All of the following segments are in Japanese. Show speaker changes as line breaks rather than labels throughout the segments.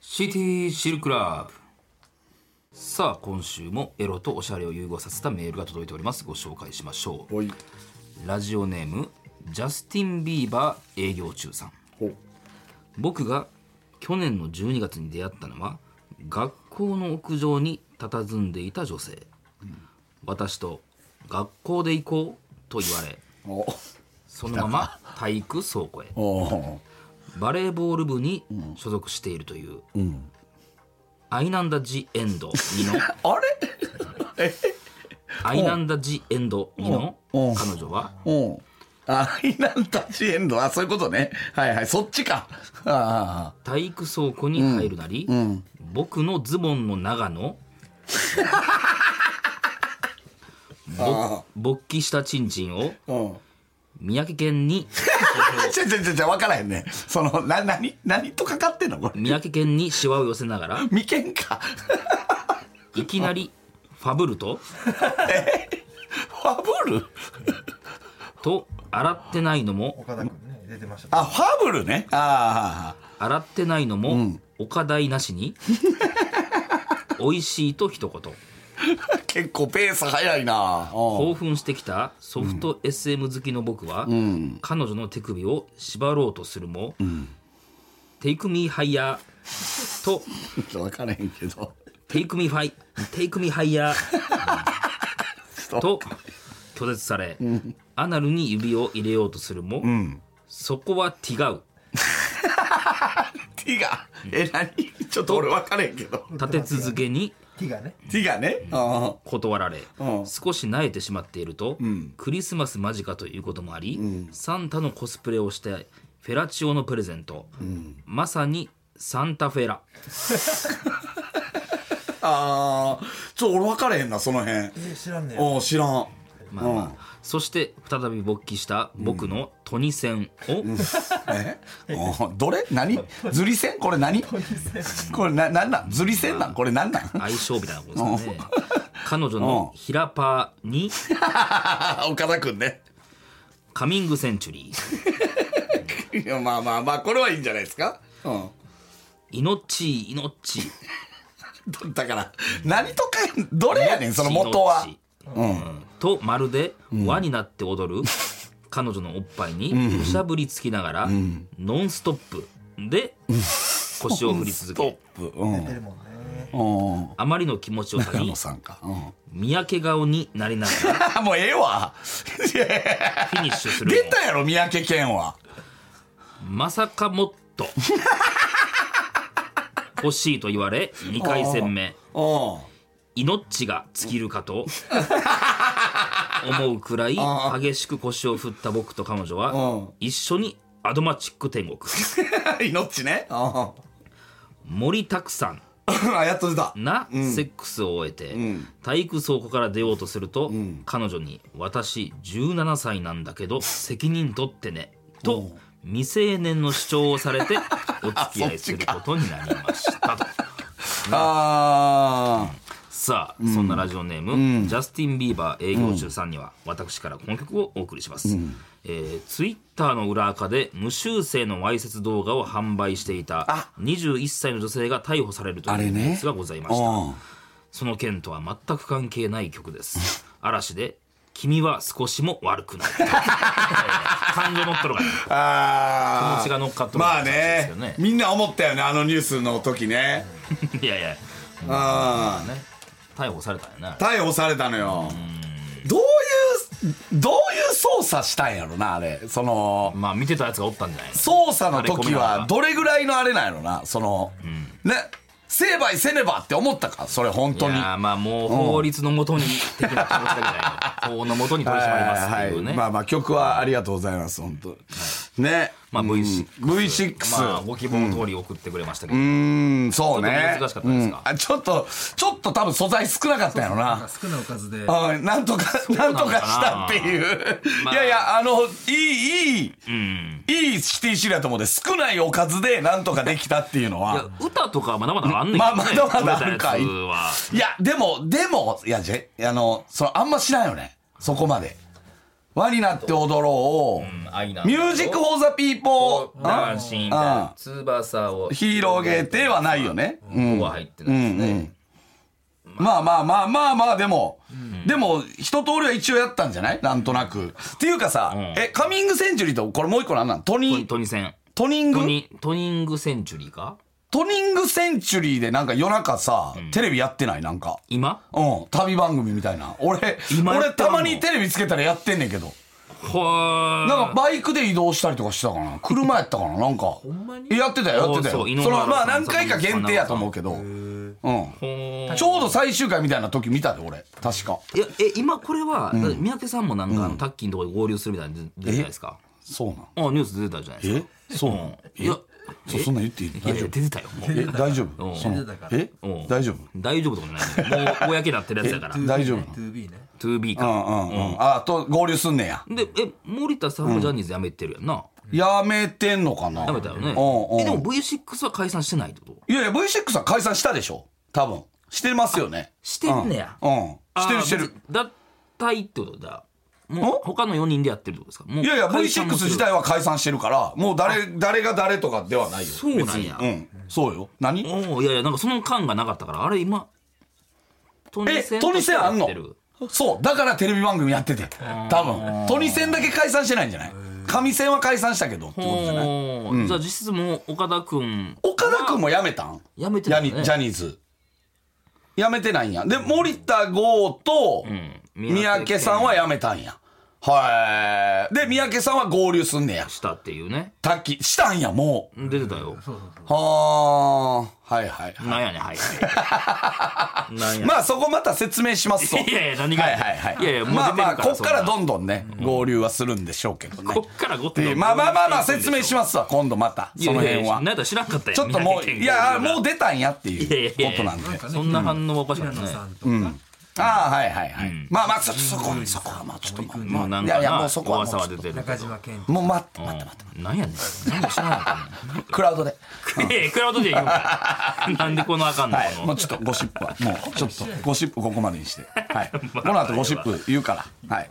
シティシルクラブさあ今週もエロとおしゃれを融合させたメールが届いておりますご紹介しましょう
おい
ラジオネームジャスティン・ビーバー営業中さん
ほ
僕が去年の12月に出会ったのは学校の屋上に佇んでいた女性、私と「学校で行こう」と言われ
お
そのまま体育倉庫へ
お
バレーボール部に所属しているという、アイナンダ・ジ・エンド2の
あれ
アイナンダ・ジ・エンド2の
うん
彼女は
うんあイナンタッチエンドあそういうことねはいはいそっちかあ
体育倉庫に入るなり、僕のズボンの長野ぼ勃起したチンチンを
あうん
三宅県に
ちょちょちょちょ分からへんねそのな何何とかかってんのこれ
三宅県にシワを寄せながら
眉間か
いきなりファブルと
ファブル
と洗ってないのも
岡田君ね出てました
あファブルねああ
洗ってないのも、お課題なし に美味しいと一言
結構ペース早いなうん
興奮してきたソフト SM 好きの僕は、彼女の手首を縛ろうとするも「Take me higher」と
ちょっと分からへんけど
「Take me high」「Take me higher」と拒絶され、アナルに指を入れようとするも、そこは違う
ティガえ何ちょっと俺分からへんけど
立て続けに
手がね
ティガねうん
断られ、
うん
少し慣れてしまっていると、クリスマス間近ということもあり、サンタのコスプレをしてフェラチオのプレゼント、まさにサンタフェラ
ああちょっと俺分からへんなその辺
え知らんねや
おー知らん
まあまあそして再び勃起した僕のトニセンを、
えおーどれ何ズリ線これ何これななんなんズリ線なんこれなんなん
相性みたいなこ とですかね彼女のヒラパーに
あ 岡田君ね
カミングセンチュリー
いやまあまあまあこれはいいんじゃないですかうん
イノッチーイノッチー
だから何とかどれやねんその元は
命うんとまるで輪になって 踊る彼女のおっぱいにむしゃぶりつきながらノンストップで腰を振り続け
プうん
出るもんね
うん
あまりの気持ちよさ
長
に
野さんかうん
三宅顔になりながら
もうええわ
フィニッシュする
出たやろ三宅健は
まさかもっと欲しいと言われ2回戦目
うん
命が尽きるかと思うくらい激しく腰を振った僕と彼女
う
は
ん
一緒にアドマチック天国
命ねうんあ
盛りたくさん
やっと出た
なセックスを終えて、体育倉庫から出ようとすると、彼女に「私17歳なんだけど責任取ってね」と未成年の主張をされてお付き合いすることになりましたと。
あ
さあ、そんなラジオネーム、ジャスティン・ビーバー営業中さんには、私からこの曲をお送りします、えー、ツイッターの裏垢で無修正のわいせつ動画を販売していた
あ
21歳の女性が逮捕されると
あ
い
れ
う
ね
ニュースがございま
あ
した、
うん
その件とは全く関係ない 曲です嵐で「君は少しも悪くない」えー感情乗っとるからね
あ
気持
あ
ちが乗っかっとる
ま
感
あ
じです
ね
よね
みんな思ったよねあのニュースの時ね
いやいや
あ
ね逮捕されたんやな
逮捕されたのよどういうどういう操作したんやろなあれその
まあ見てたやつがおったんじゃない
操作の
垂
時
れ込みながら
はどれぐらいのあれなんやろなそのね成敗せねばって思ったかそれ本当に
いやーまあもう法律のもとに的な気持ちだけだよ法のもとに取り締まりますっていうね、
はいまあまあ曲はありがとうございます本当、ね
まあ V6
うん V6
まあご希望の通り送ってくれましたけど、
うーんそうね
ちょっと難しかったですか
うんあちょっとちょっと多分素材少なかったんやろ
なん
な
か少ないおかずで
あなんとかな
なの
ん
か
と
な
かしたっていう、
まあ
いやいやあのいいいい、いいシティシリアと思うんで少ないおかずでなんとかできたっていうの
いや
は
歌とかはまだまだあんねんけど、ね
まあまだまだあるかい
売れたやつはい
やでもでもいやじゃあのそのあんま知らんよねそこまで輪になって踊ろ
うんアイナ
う。ミュージック・フォー・ザ・ピーポー。
ダンシーみたいな
うん
翼を
広げてはないよね。う
こ
ん
こ。は入ってないですね、
まあまあまあまあまあ、でも、でも、一通りは一応やったんじゃないなんとなく。っていうかさ、
うん
え、カミングセンチュリーと、これもう一個なんなんト
トニ
ニ、
トニセン
トニング
トニトニングセンチュリーか
トニングセンチュリーでなんか夜中さ、テレビやってないなんか。
今
うん、旅番組みたいな。俺、
今や
俺
ってんの
たまにテレビつけたらやってんねんけど。
ほー
なんかバイクで移動したりとかしてたかな車やったかななんか。やってたよ、やってたよ。
そうそう井ノ
そ
原
の、
さん
まあ何回か限定やと思うけど。うん。
ほー
ちょうど最終回みたいな時見たで、俺。確か。
いやえ今これは、だって三宅さんもなんか、あのタッキーのところで合流するみたいなの出てたじゃないですか
そうなん。
あニュース出てたじゃないです
え
か
そうな
うん
の
いや
そそんなん言っていい
いや
大
い
丈
や
夫
出てたよもう
え大丈夫
ん
その
出てたから
え
うん
大丈夫
大丈夫とかじゃないんだよもう公になってるやつだから
え大丈夫なの
2B ね
2B
う
か、
んうんうんあと合流すんねや
でえ森田さんもジャニーズ辞めてるやんな、
やめてんのかな
辞めたよね、
うんうん
えでも V6 は解散してないってこと
いやいや V6 は解散したでしょ多分してますよね
してんねや、
うんしてるして
あ
る
別に脱退ってことだもう他の4人でやってるってことですかもう
い
い
やいや V6 自体は解散してるからもう誰誰が誰とかではないよ
そうなんや
別にうんそうよ何
おおいやいやなんかその感がなかったからあれ今ト
え
セン
トニセンあん
やっ
の
てる
そうだからテレビ番組やってて多分トニセンだけ解散してないんじゃない神戦は解散したけどってことじゃない
おーじゃあ実質もう岡田君
岡田君も辞めたん
辞め
ジ
て
ャ
た
ニ
ね
ジャニーズ辞めてないんやで森田剛と
ん
三宅さんは辞めたんやはいで三宅さんは合流すんねや
したっていうね
タッキーしたんやもう
出てたよ
はあはいはいはい
なんやねんは いはいなんや
まあそこまた説明しますと
いやいや何が
はいはいはい
いやいやもう出てるか
まあ
ら
まあこっから
そんな
どんどんね合流はするんでしょうけどね
こっからご
え
て
ーまあまあまあまあ説明し
ま
ますわ今度またその辺は
なんやったら知らんかったよ
ちょっともういやもう
出
出たんやってい
いやいや
う
いや
ことなんで
そんな反応はおかしか
平
った
野
ね
さんとか
ああはいはいはい、まあまあそそこそこはまあちょっとま
も
あ、ま
うな
あ、
ん
い
か
やいや
な
もうそこはもうち
噂
ょ
は
っ
出てる
中島健
ともう待って
う
待っ
ん
て待って
なんやねん何も知らなかっ
クラウドで
た ねいやいやクラウドで行こうか なんでこのあかんのこ
はいも
の
うちょっとゴシップはもうちょっとゴシップここまでにして はいこの後ゴシップ言うからはい、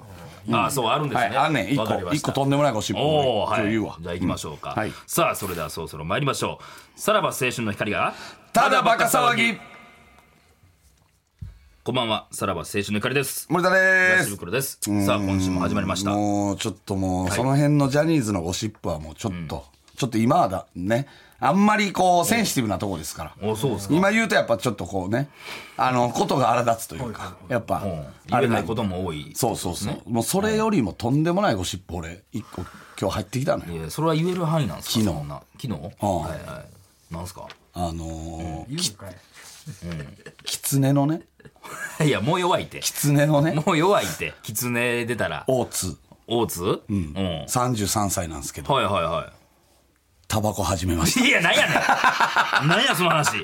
ああそうあるんです
は
ね。
い、あんねん一
わかり
個
まし
一
た
個とんでもないゴシップ
お
を
おは
ね
い。
言うわ
じゃあ行きましょうか。
はい
さあそれではそろそろ参りましょう。さらば青春の光が
ただバカ騒ぎ
こんばんはさらば青春の光です。
森田で
東
す
袋です。さあ今週も始まりました。
もうちょっともうその辺のジャニーズのゴシップはもうちょっと、ちょっと今はだねあんまりこうセンシティブなとこですから
おそうですか。
今言うとやっぱちょっとこうねあのことが荒立つというかやっぱあ
言
れ
え
な
なんい
で
ことも多い。
そうそうそうもうそれよりもとんでもないゴシップ俺一個今日入ってきたの
い
よ
やそれは言える範囲なんですか。
昨日
そんな昨日。
ん
はいはい。なんすか。
あのー
言うんかい
きつねのね
いやもう弱いって
き。つねのね
もう弱いって。狐出たら
大津
大津。うん。はい
33歳なんですけど
はいは
タバコ始めまし
い。いやなんやね ん。なんやその話。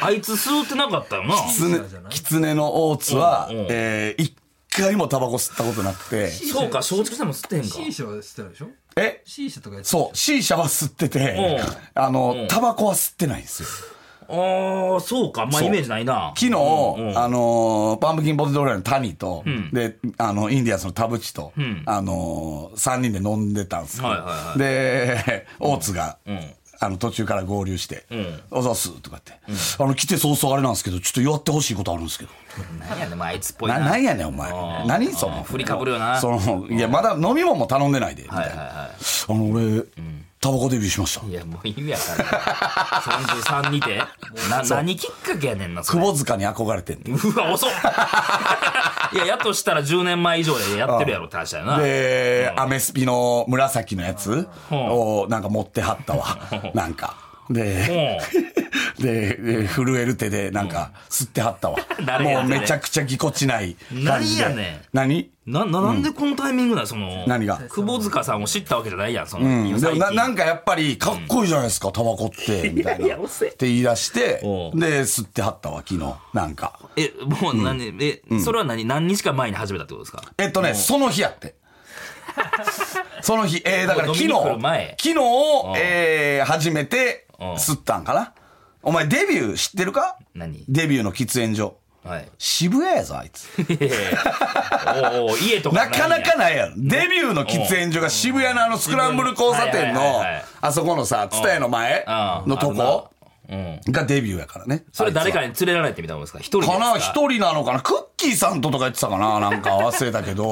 あいつ吸うてなかったよな。
たきつねきつねの大津は
うんうん
えー一回もタバコ吸ったことなくて
そうか、松竹さんも吸ってへんか。
C 社は知ってるでしょ
え
C 社とかやって
そう C 社は吸ってて
う
あ
う
の
ん
タバコは吸ってないんですよ
ああ、そうか。あんま
そう
イメージないな。
昨日、
うん
あのーパンプキンポテトフライの谷と、で、あの、インディアンスの田淵と、
ん
あのー、3人で飲んでたんですけど、
はいはいはい
で、 大津が、
うん
あの、途中から合流して、
ん
おざっすとかって、あの、来て早々あれなんですけど、ちょっと祝ってほしいことあるんですけど、
なんやねん、まああいつっぽい
な
な。
なんやねん、お前
あ。ー
何その。
振りかぶるよな
その、いや、まだ飲み物も頼んでないで、みたいな。
はいはいは
あの、俺、タバコデビューしました
い。。いや、もう意味わからん。33 にて。な、何きっかけやねんな、それ。
窪塚に憧れてんね
うわ、遅っ いや、やっとしたら10年前以上でやってるやろって話やな。
で、アメスピの紫のやつ
ほ
をなんか持ってはったわ。なんか。で、
う
で、で震える手でなんか吸ってはったわ。
誰
も
や
う
ってね
めちゃくちゃぎこちない感じで。
何やねん
何
ん。な、ななんでこのタイミングなんその。
何が
窪塚さんを知ったわけじゃないやん、その。
うん、でも
最
な
近
なんかやっぱりかっこいいじゃないですか、タバコって、みたいな。
いやいや遅い
って言い出して、
おう
で、吸ってはったわ、昨日。なんか。
え、もう何、え、それは何、何日か前に始めたってことですか
えっとね、その日や って。その日、えー、だから
もう
昨日、
飲みに来る
昨
前
日、えー、初めて
うん
吸ったんかな。お前デビュー知ってるか
何
デビューの喫煙所。
はい
渋谷やぞ、あいつ。
おう お う家とか
なかなか
い
ないやろ。デビューの喫煙所が渋谷のあのスクランブル交差点
はいはい
の
はいはい、
あそこのさ、ツタヤの前
うん
のとこ
んやうん
がデビューやからね。
それ誰
あい
かに連れられてみたもんですか一
つ
人で
はかな
です
一人なのかなクッキーさんととか言ってたかななんか忘れたけ
お
ど。
う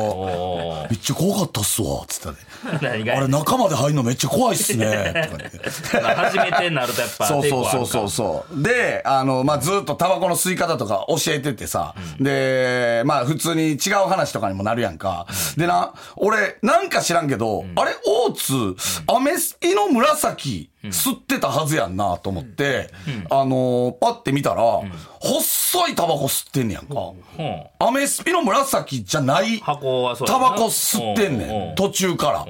おう
めっちゃ怖かったっすわ、つってたで。
何が
あれ、中まで入るのめっちゃ怖いっすね、とか言って。
まあ初めてになるとやっ ぱ
そう
抵
そう
抗あ
そ
るか
う
ら
そうそう。で、あの、まあ、ずっとタバコの吸い方とか教えててさ、で、まあ、普通に違う話とかにもなるやんか。でな、俺、なんか知らんけど、あれ、大津、アメスピの紫、吸ってたはずやんなと思って、あのー、パッて見たら、細いタバコ吸ってんねやんか。
うん
アメスピの紫じゃない
箱はそうや
タ
な
バコ吸ってん
うん
ね
うん
ん、途中から。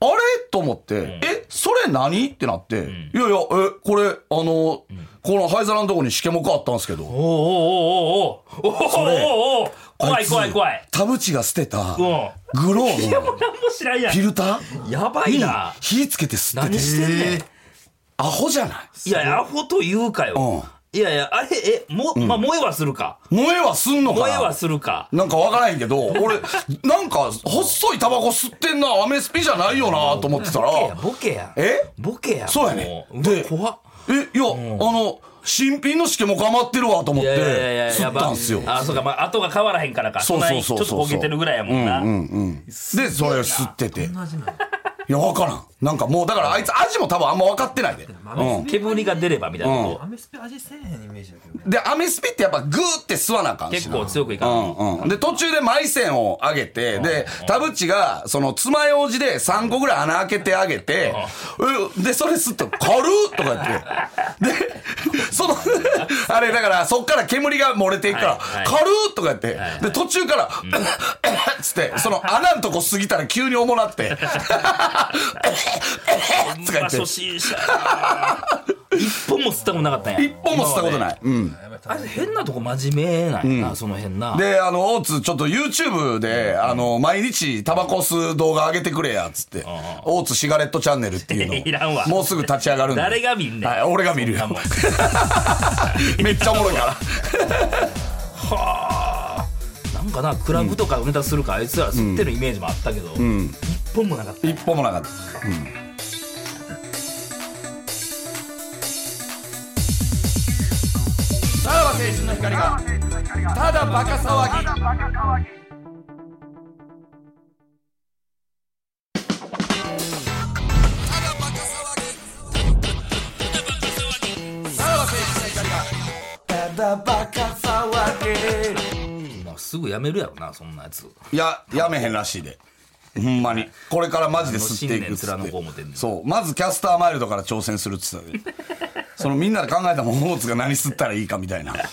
あれと思って、え、それ何ってなって、いやいや、え、これ、あの、この灰皿のとこにシケモクあったんですけど、
おうおうおうおうおうおうおうおう怖い怖い怖い
田淵が捨てた
うん
グロー
も
の
う何も知らんやん
フィルタ
やば
ー
い
に
な
火つけて吸って
何してんねん
て、アホじゃない
いやアホというかよいやいやあれえもまあ燃えはするか
燃えはすんのか
燃えは
な
するか
なんかわからへんけど、俺、なんか、細いタバコ吸ってんな、アメスピじゃないよな、と思ってたら、
ボケやボケや
え
ボケや
そうやね
もううわ
で
怖っ
え、いや、あの、新品のシケも余ってるわと思っ
い
て、
やいやいやいや
吸ったんすよ。
やばいあそうかまあ後が変わらへんからか
そうそうそうそう
そんなにちょっと焦げてるぐらいやもんな
で、それ吸ってて。い
同じなの
や、わからん。なんかもう、だからあいつ味も多分あんま分かってないで。うん。
煙が出ればみたいなこ
アメスピ味せえへんイメージだけどね
で、アメスピってやっぱグーって吸わなあかん
と
し
結
な。
構強くいかない
うんうん。で、途中で埋線を上げて、で、田淵が、その、爪楊枝で3個ぐらい穴開けてあげて、うんで、それ吸って、軽っとか言って。で、その、あれ、だから、そっから煙が漏れていくから、
はいはい
軽っとか言って、で、途中から、つって、その穴のとこ過ぎたら急に重な って、
ほん
使え
ま
て
初心者やな一本も吸ったことなかったんや
一本も吸ったことない。うん。
あれ変なとこ真面目なんやな、その辺な
で、あの、大津、ちょっと YouTube で、あの、毎日タバコ吸う動画上げてくれや、つって。大津シガレットチャンネルっていうのを。
いらんわ
もうすぐ立ち上がるんで。
誰が見んねん
はい、俺が見る
そ
よ
んな。もん
めっちゃおもろいから。
なんかなクラブとかのネタするからあいつら吸ってるイメージもあったけど、一本もなかった
一歩もなかった。さらば青春の光が、ただバカ騒ぎ。
なすぐやめるやろなそんなやつ
いや、やめへんらしいで。ほんまに。これからマジで吸っていくっつ
あの
っ
新年面の子思て
て
んねん
そう。まずキャスターマイルドから挑戦するっつってたでそのみんなで考えたもん、大津が何吸ったらいいかみたいな。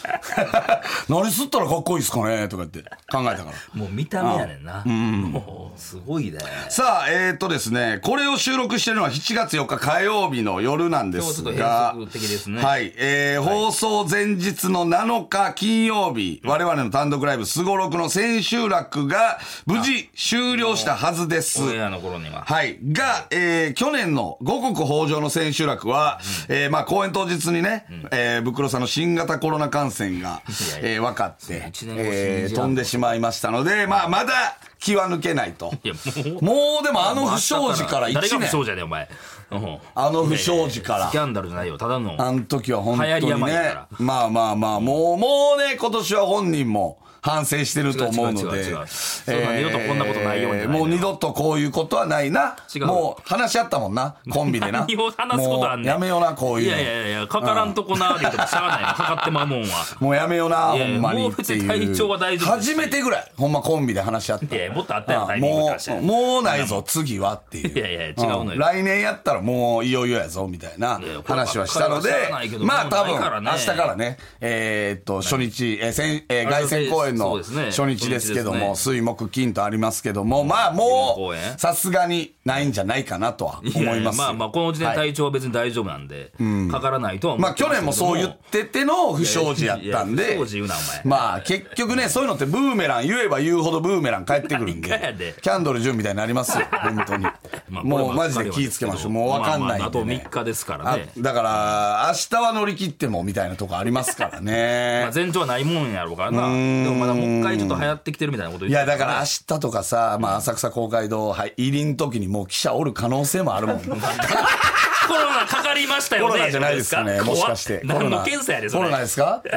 何吸ったらかっこいいっすかねとか言って考えたから。
もう見た目やねんなもうすごいね
さあ、えっ、ー、とですね、これを収録してるのは7月4日火曜日の夜なんです
今日は
が
ちょっと変則、的ですね
はい、えー放送前日の7日金曜日、我々の単独ライブ、すごろくの千秋楽が無事終了したはずです。
オンエアの頃には
はい。が、えー去年の五穀豊穣の千秋楽は、えーまあ、公演当日にね、えー、ブクロさんの新型コロナ感染が、
いや
えー分かって
一、年越しに
えー
じゃあ
飛んでしまいましたので、まあ、まだ気は抜けないと。
いやもう
もうでもあの不祥事から1
誰が不祥
年。
事やねんお前うん
あの不祥事か
スキ
ら。
ャンダルじゃないよただの
あの時は本当
流行
に
り病や
ね
か。
まあまあまあ、もう、もうね、今年は本人も反省してると思うの
違う違う
で
違う違う。そう二度とこんなことないように
えーもう二度とこういうことはないな。
違う
もう話し合ったもんな、コンビでな。
何を話すことあんねん
もうやめような、こういう
い
の。
やいやいやかからんとこなーでとしゃあないなかかってまうもんは
もうやめような、ほ
いやいや
んまにって
もう別
い
に体調は大
う。
丈夫です
初めてぐらい、ほんまコンビで話し合った。
いやいやもっとあったやん
あ
タイミング
も
確か
う、
に
もうないぞ、次はっていう。
いやいや違うのよ
ん来年やったらもういよいよやぞ、みたいない
やいや
話はしたので
こればっかりはしゃあないけ、ど
まあ
もう
多
ない
分、
からね
明日からね、えーっと、初日、えー、先えー、凱旋公演
そう
の
ですね
初日ですけど
初日
も、
です
水木金とありますけども、まあも
公
う、
演
さすがに、ないんじゃないかなとは思
いや
い
い
ま
や
す。
まあまあこの時点
はい
体調は別に大丈夫なんで、かからないとは思
ま
っ
あ
て
去
ます
年
けど
もそう言ってての不祥事やったん
いやいや
で
不祥事言うなお前、
まあ結局ね、そういうのってブーメラン言えば言うほどブーメラン返ってくるん
何回やで
で、キャンドル準みたいになりますよ、本当に。
まあこれ
も
ば
う
っか
マ
り
ジ
は
で気ぃつけましょう。
ですけど
もうわかんないんで、ね
まあまああと3日ですからね
あだから、明日は乗り切ってもみたいなとこありますからね。
まあ、前兆はないもんやろうからなでもまだもう一回ちょっと流行ってきてるみたいなこと言
い
って
や、だから明日とかさ、まあ、浅草公会堂、はい、入りの時にもう記者おる可能性もある もん。
コロナかかりましたよ
コ
ね
ロナじゃないですかね、
どう
も
で
し
す
かして。コロ
何
ナ
の検査やでそ
コ
れ
ロナですかって。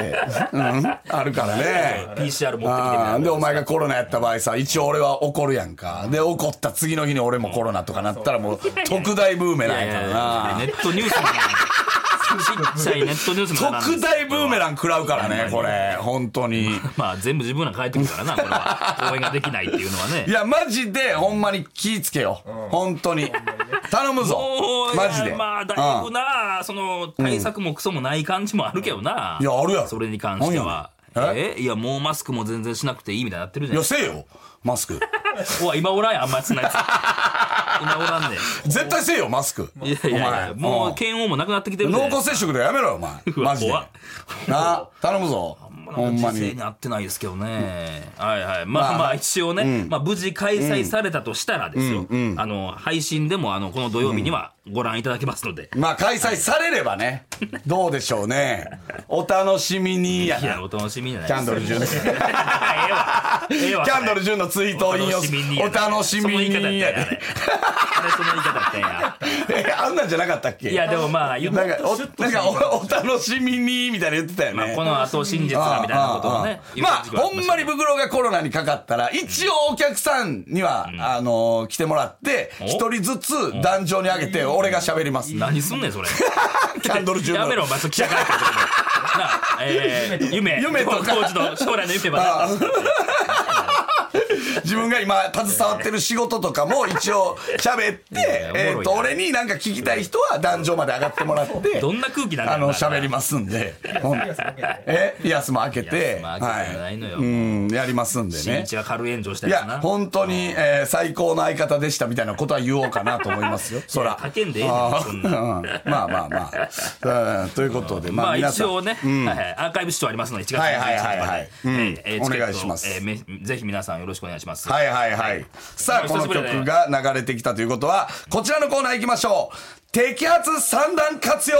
うん、ある からね。
PCR 持ってきてみたい
あ
な
ーで、お前がコロナやった場合さ、一応俺は怒るやんか。で、怒った次の日に俺もコロナとかなったらもう、特大ブーメ
い
ラン
やい
やから
や
な。
ネットニュースみたいなちっちゃいネットニュースみたいな
特大ブーメラン食らうから
いや
ね、
いや
これ。本当に。
まあ全部自分ら帰ってくるからなこれは応援ができないっていうのはね
いや、マジで、ほんまに気ぃつけよ。本当に。頼むぞ
おー。
マジで。
まあだい
うん
ぶな、その対策もクソもない感じもあるけどな、
うんいやあるやろ
それに関しては
なんやね
えいやもうマスクも全然しなくていいみたいになってるじゃ
い
ん
や、せえよ、マスク。
おい今おらんやんあんまり つないやつ今おらんね
絶対せえよ、マスク。
いやいやいや
お前
も
う
うん検温もなくなってきてるじゃ
濃
ない
厚接触でやめろよ、お前。
うわ
マジで
怖っ。
なあ、頼むぞ。ほんま
時勢
に
に。合ってないですけどね、はいはいまあま
ま
あ
あ
一応ね、まあ、無事開催されたとしたらですよ、あの配信でもあのこの土曜日にはご覧いただけますので、
まあ、開催されればね、どうでしょうね。お楽しみにや
い
な。
やお楽しみじゃない
キャンドル純
ええわええ わ
キャンドル純のツイートを引用すお楽しみ
その言
に
い方や
や
ったんやあ
で
れあれその言い方やったんや
えあんなんじゃなかったっけ
いやでもまあ言 っ
なんか、おなんかおお楽しみにみたいな言ってたよね。
この後真実がみたいなことをね
まあ、ほんまに袋がコロナにかかったら、一応お客さんには、あのー、来てもらって、
お
一人ずつ壇上に上げて、俺が喋ります。キ
何すんねんそれ
ャンドル順
や
の
めろお前それ記者会見とかなあえー夢
夢とか
当時の将来の夢は何だ
自分が今、携わってる仕事とかも一応喋って、
や
え
おもろいな
っと、俺になんか聞きたい人は壇上まで上がってもらって、
どんな空気なんだ
あ
ろう
の、
な
喋りますんで。ほんえ、ピアスも開けて、
まあ開けて
は
ない
い。
のよ
うん、やりますんで
新
ね。
一は軽い炎上した
い
やつな
や、本当に、えー最高の相方でしたみたいなことは言おうかなと思いますよ。そら。
叫んでええねん
あー
そん
うんまあまあまあ。うんということで、 ま
ま
あ
あ
皆さ
一
ん。
応ね、はいはいアーカイブ視聴ありますので、1月
はいはいはいは
31
い
日までえーえー
うん
チケットを
お願いします
えーめぜひ皆さんよろしくお願いします。
はいはいはい。さあ、この曲が流れてきたということは、こちらのコーナー行きましょう。摘発三段活用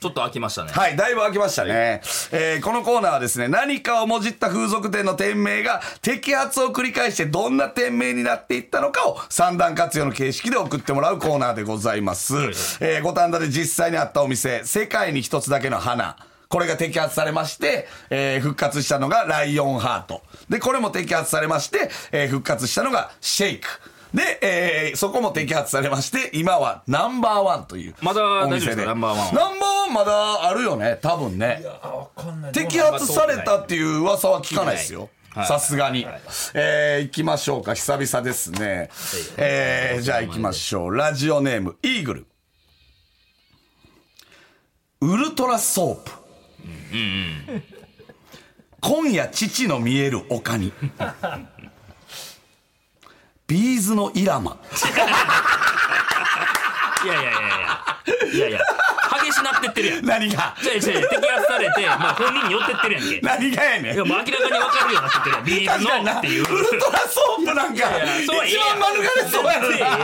ちょっと開きましたね。
はい、だいぶ開きましたね。えーこのコーナーはですね、何かをもじった風俗店の店名が摘発を繰り返してどんな店名になっていったのかを三段活用の形式で送ってもらうコーナーでございます。えー五反田で実際にあったお店、世界に一つだけの花。これが摘発されまして、えー復活したのがライオンハート。で、これも摘発されまして、えー復活したのがシェイク。で、えーそこも摘発されまして、今はナンバーワンという。
まだ大丈夫ですか
お店
ナンバーワン
ナ
は
ンバーワンまだあるよね、多分ね。
あ、わかんない。
摘発されたっていう噂は聞かないですよ
はい。
さすがに。えー、行きましょうか。久々ですね。えー、じゃあ行きましょう。ラジオネーム、イーグル。ウルトラソープ。今夜、父の見える丘 に。ビーズのイラマ。
いやいやいやいや。いやいや、激しなってってるやん。じ
何が
ゃじゃ摘発されて、まあ本人に寄ってってるやんけ。い
何がやねん
や、。もう明らかに分かるようになってってるやん。ビ
確か
ー
に
ズ
な
のっ
ウ
て
ル
いう。
トラソープなんか
いやいや
一
そうは
番
いいや
免れそうや
いやい
な
や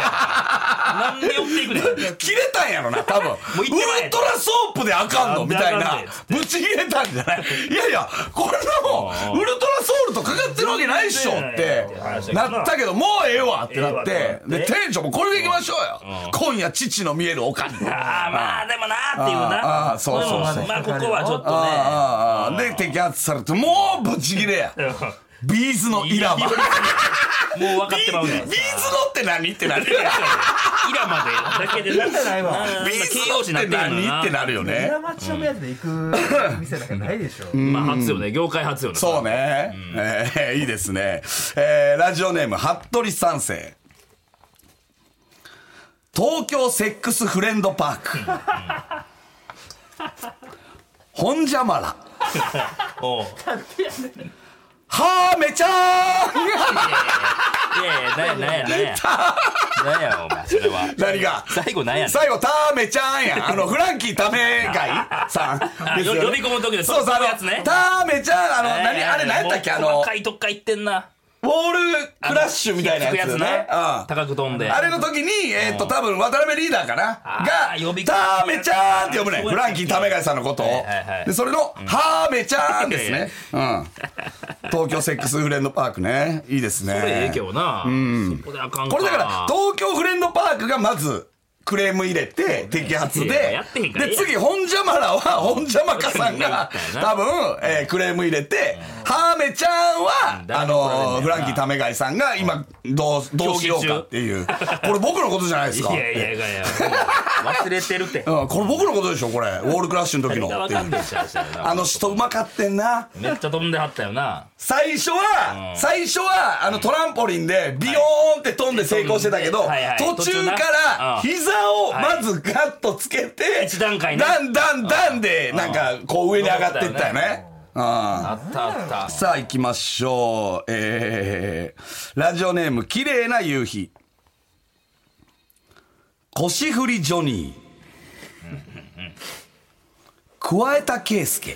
なんで寄っていくねん。
切れたんやろな多分
う行ってまえ
ウルトラソープであかんのみたい
あかん
な
ねんつって
ぶち切れたんじゃないいやいやこんなもんウルトラソウルとかかってるわけないっしょってなったけどもうええわってなっ
ええわ
て
ってなっ
で
て
店長もこれでいきましょうよ今夜父の見えるおかに
ああ、まあでもなーっていう
あ
な。
あそうそうそう
でもまあまあここはちょ
あ
っと
あああで摘発されてもうぶち切れやビーズの
ね。
イラマビ
もう分かってまう
ビ
ね
ー
ん
ズの。って何ってなるやん
イラまでだけでな
イラないわ
うん
ビーズ
形容詞
っ
になっててるの
何
な
ってなるよね
裏町のやつで行く店なんかないでしょ。
まあ初よね業界初よね
そうね、えー いいですね、えーラジオネーム服部三世東京セックスフレンドパーク本邪魔ら
おう
はーめちゃー
いやいやいやいやいやなんやなんやなんや何やお前それは
何が
最後なんやねん
最後、タメちゃんやん。あ の、フランキータメ会さん
あ
ですよ
よ
ね。
呼び込む時で
そうそう、
そう
あ
いう
の
やつね、
タメちゃん、あの、
えー
何、あれ何やったっけあ
もう
の、ウォ
細かいとこから言ってんな
ールクラッシュみたいなやつ
低
よ
く
ね。
な
うん
高く飛んで
あれの時に、えーっと、多分渡辺リーダーかな
あ
が
ー呼び込む、
タメちゃんって呼ぶね。
そうやったっけ
フランキータメ会さんのことを
はいはいは。い
で、それの、ハーメちゃん ですね。うん。東京セックスフレンドパークね。いいですね。
これええけどな、そこであかんか
これだから、東京フレンドパークがまず、クレーム入れて、摘発
いや
で
やってへん、から
で、次、本邪魔らは、本邪魔家 さんが
うん、
多分、えークレーム入れて、ハーメちゃんは
う、ん
あ
誰も
の
怒られんねんな
ー、フランキー為貝さんが今、どう、どうしようかっていう。これ僕のことじゃないですか。
いやいやいやいや忘れてるって
うん、これ僕のことでしょ、 これ。ウォールクラッシュの時
誰
の
が
っ
わ
てい
かんね
う。
えしあれしたらな
あの人うまかってんな。
めっちゃ飛んではったよな
最初は、
うん
最初は、あのトランポリンで、ビヨーンって飛んで成功してたけど、
はいはい
途中か
途中な
ら、
うん
膝をまずガッとつけて、
一段階ね
だんだんだんで、なんか、こう上に上がっていったよね。うん。
あったあった
さあ行きましょう。えー、ラジオネーム、綺麗な夕日。腰振りジョニー。加えた圭介。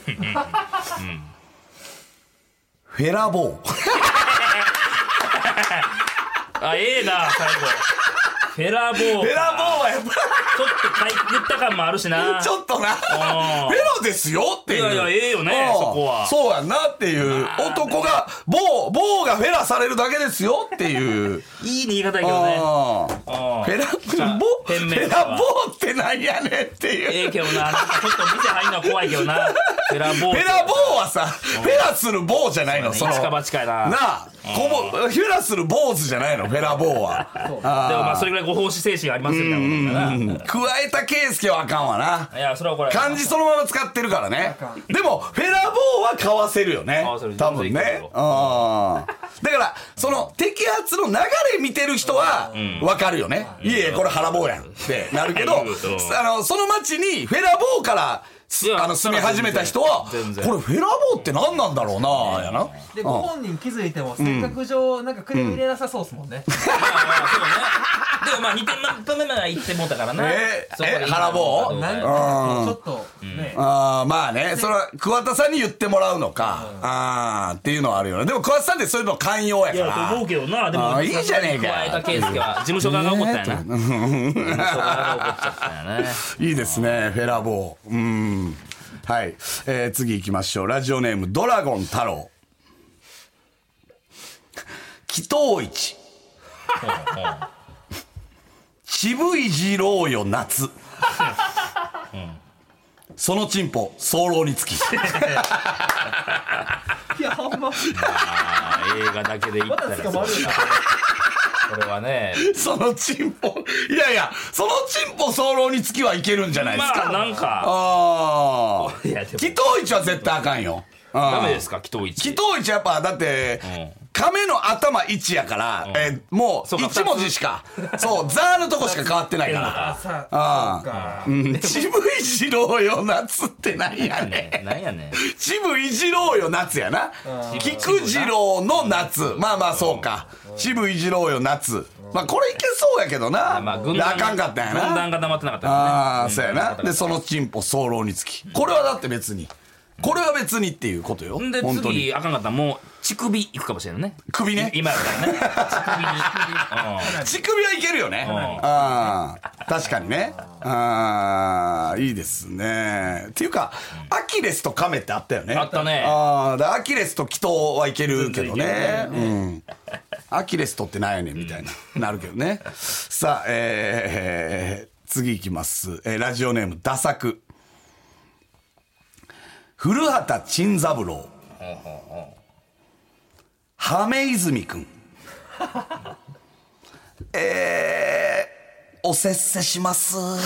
フェラボー。
あええな最後フェラボー
フェラボーはやっぱ
ちょっとかい言った感もあるしな
ちょっとな、フ
ん
ェロですよっていう。
いやいやええよね
うん
そこは
そうやんなっていう。男が、某、某がフェラされるだけですよっていう。
いい言い方や
う
けどね
ん
うん
フェラ、
じゃあ
ボ、フ
店名
ェ
とかは
ラボーってなんやねんって
え
いう。
えけどな、なんかちょっと店入んのは怖いけどな。フェラボ ー。
フェラボーはさ、フェラするボーじゃないの、
そ
そうの。
ね一か
な
八かやな
あ、こぼ、フェラする坊主じゃないの、フェラボーは。あー
でもまあそれぐらいご奉仕精神がありますよみたいなことだな。
加えた圭介はあかんわな。
いや、それはこれ。
漢字そのまま使ってるからね
かん
でもフェラボーは買わせるよね
わせる
多分ねうんだからその摘発の流れ見てる人は分かるよね、いえいえこれ腹棒やんってなるけど
言うと
あのその町にフェラボーからす
いや
あの住み始めた人はこれ
全然
フェラボーって何なんだろうなやな
で、ご本人気づいても、性格上、なんかクレーム入れなさそうっすもんね。
まあまあそうね。でもまあ2点目まで行ってもうたからな。
え
そこがいい
え腹棒
な
なん
んか
か、ちょっと、ね。
あーまあねそれは桑田さんに言ってもらうのか、ああっていうのはあるよねでも桑田さんってそういうの寛容や
い
か
や、と
ら
思うけどな。で
あ
も、
ーいいじゃねえか
加えたケース は、事務所側が怒ったんやな。事務所側が怒っちゃったんやね。
いいですね、フェラボー。うん。はい。えー次行きましょう。ラジオネーム、ドラゴン太郎。紀藤一。渋いじろうよ、夏。そのチンポ、早漏につ き。
いや、ほんま。
あー映画だけで行ったら
まだ捕まるよ
これはね。
そのチンポ、いやいや、そのチンポ早漏につきはいけるんじゃないです
まあ、
か。
なんか、
ああ。
いやでも
紀藤一は絶対あかんよ。
ダ
ダ
メですか、紀藤
紀
一。
藤一やっぱだって、亀の頭1やから、えーもう
そうか
1文字しかそうザーのとこしか変わってないから
あ、さ
あー
あ、そうか。
うん渋いじろうよ夏ってなんやねん
ねなんやねん。
渋いじろうよ夏やな菊次郎の夏まあまあそうか渋いじろうよ夏まあこれいけそうやけどな
まあ、
であかんかったんや
軍
な
団が黙ってなかった
あ
か
あそうやなでそのチンポ早漏につきこれはだって別にこれは別にっていうことよ
らね。で、
本当に
次、あかんかったらもう、乳首いくかもしれないね。
首ね
今や からね。
乳首はいけるよね。
ん
ああ、確かにね。ああ、いいですね。っていうか、アキレスとカメってあったよね。
あったね
ああ、だからアキレスと祈祷はいけるけど
全然
ね。うん。アキレスとってなんやねんみたいな、なるけど ね。さあ、えー、次いきます。えーラジオネーム、ダサク。古畑陳三郎。ハメ泉 くん。えー、おせっせし ます。
お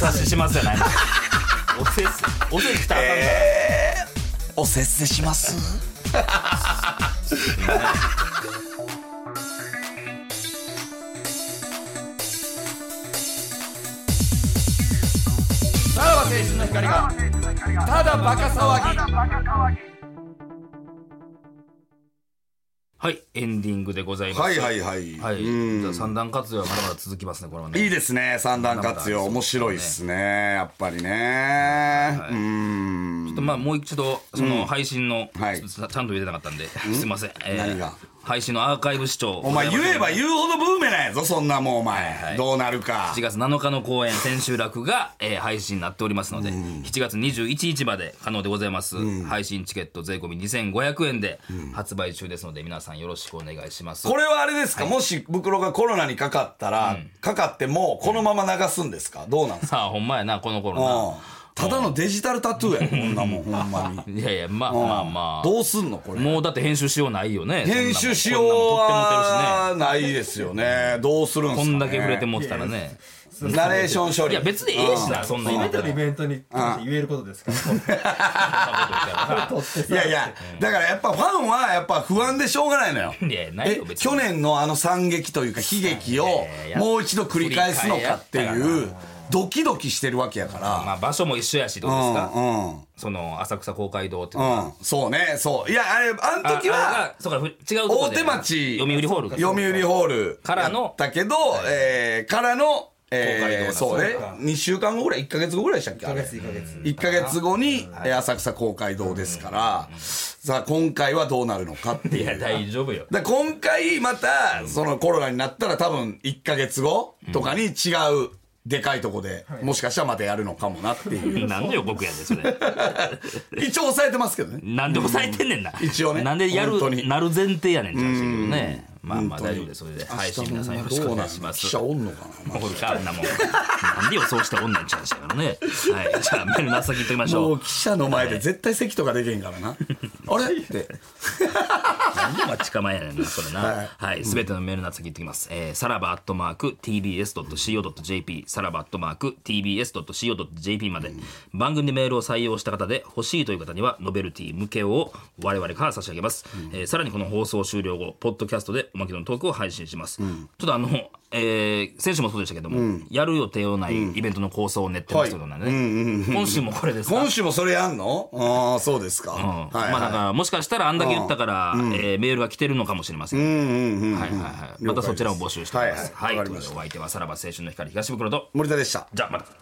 察ししますじ ゃないのおせっす、おせっきたらあかんか
おせっせします。さらば青春の光がただバカ騒ぎ。
らはいエンディングでございます
はいはいはい
はい
うん
じゃあ三段活用はまだまだ続きますねこれはね
いいですね三段活用面白いっすねやっぱりねうん
ちょっとまあもう一度その配信の、
はい
ちょっとちゃんと入れてなかったんで、すいません、えー
何が
配信のアーカイブ視聴
お前言えば
7
言うほどブーメランやぞそんなもんお前、
はい
どうなるか
月7日の公演千秋楽が、えー配信になっておりますので、7月21日まで可能でございます、配信チケット税込み2500円で発売中ですので皆さんよろしくお願いします
これはあれですか、もし袋がコロナにかかったら、かかってもこのまま流すんですかどうなんですか、
さあほんまやなこの頃
うんただのデジタルタトゥーやこんなもんほんまに、
な、いやいやまあまあまあ
どうすんのこれ
もうだって編集しようないよね
編集しよう
う
はないですよねどうするんすか、
こ
ね、
んだけ触れてもうてたらね
ナレーション処理
いや別にええしなそんなん
イ
言
ベ
っ
ン
た
ト
ら
のイベントに言えることですから取って
いやいやだからやっぱファンはやっぱ不安でしょうがないのよ
いやない
え
よ別に
去年のあの惨劇というか悲劇を
や
もう一度繰り返すのかって
繰り
いうドキドキしてるわけやから
まあ場所も一緒やしどうですか、
うんうん
その浅草公会堂っていうの
うんそうねそういやあれあの時
ああれ
は
がそうかふ違うとこ
大
で
手町
読売ホールか
読売ホール
からの
やったけどえーからの
公開
え
堂
ー
だ
そうね
そうか
2週間後ぐらい1か月後ぐらいでしたっけあ
1ヶ
れ
月1ヶ月
1か月後にえー浅草公会堂ですからさあ今回はどうなるのかって
い
い
や
う
大丈夫よ
だから今回またそのコロナになったら多分1か月後とかに違うでかいとこでもしかしたらまたやるのかもなっていう
なんでよ僕やねんそ れ
一応抑えてますけどね
なんで抑えてんねんな
一応ね
なんでやる
本当に
なる前提やねんじゃんけどねまあまあ
本当に
大丈夫ですそれで配信皆さんよろしくお願いします
どうなん記者おんのかな
おるかあんなもんなんで予想しておんねんちゃうしからねはいじゃあメールの先行ってみましょ
も
う
う記者の前で絶対席とかできへんから なあれって
なんで待ち構えやねんな、それ
はい
な。はい。すべてのメールの先言ってきます。えー、さらばアットマーク tbs.co.jp、さらばアットマーク tbs.co.jp まで、番組でメールを採用した方で欲しいという方には、ノベルティ向けを我々から差し上げます。えーさらにこの放送終了後、ポッドキャストでおまけのトークを配信します。ちょっとあの、えー、先週もそうでしたけども、やる予定のないイベントの構想を練ってますということなんでね。今週もこれですか
今週もそれやんのああそうですか、
うん
はい、
まあだか
は
らもしかしたらあんだけ言ったから、えーメールが来てるのかもしれません
い、うんうんうん
はいはいはい。またそちらを募集しております。
はいはい
はい。
わかりま
というこ
し
と
た
でお相手はさらば青春の光東袋と、
森田でした
じゃあまた。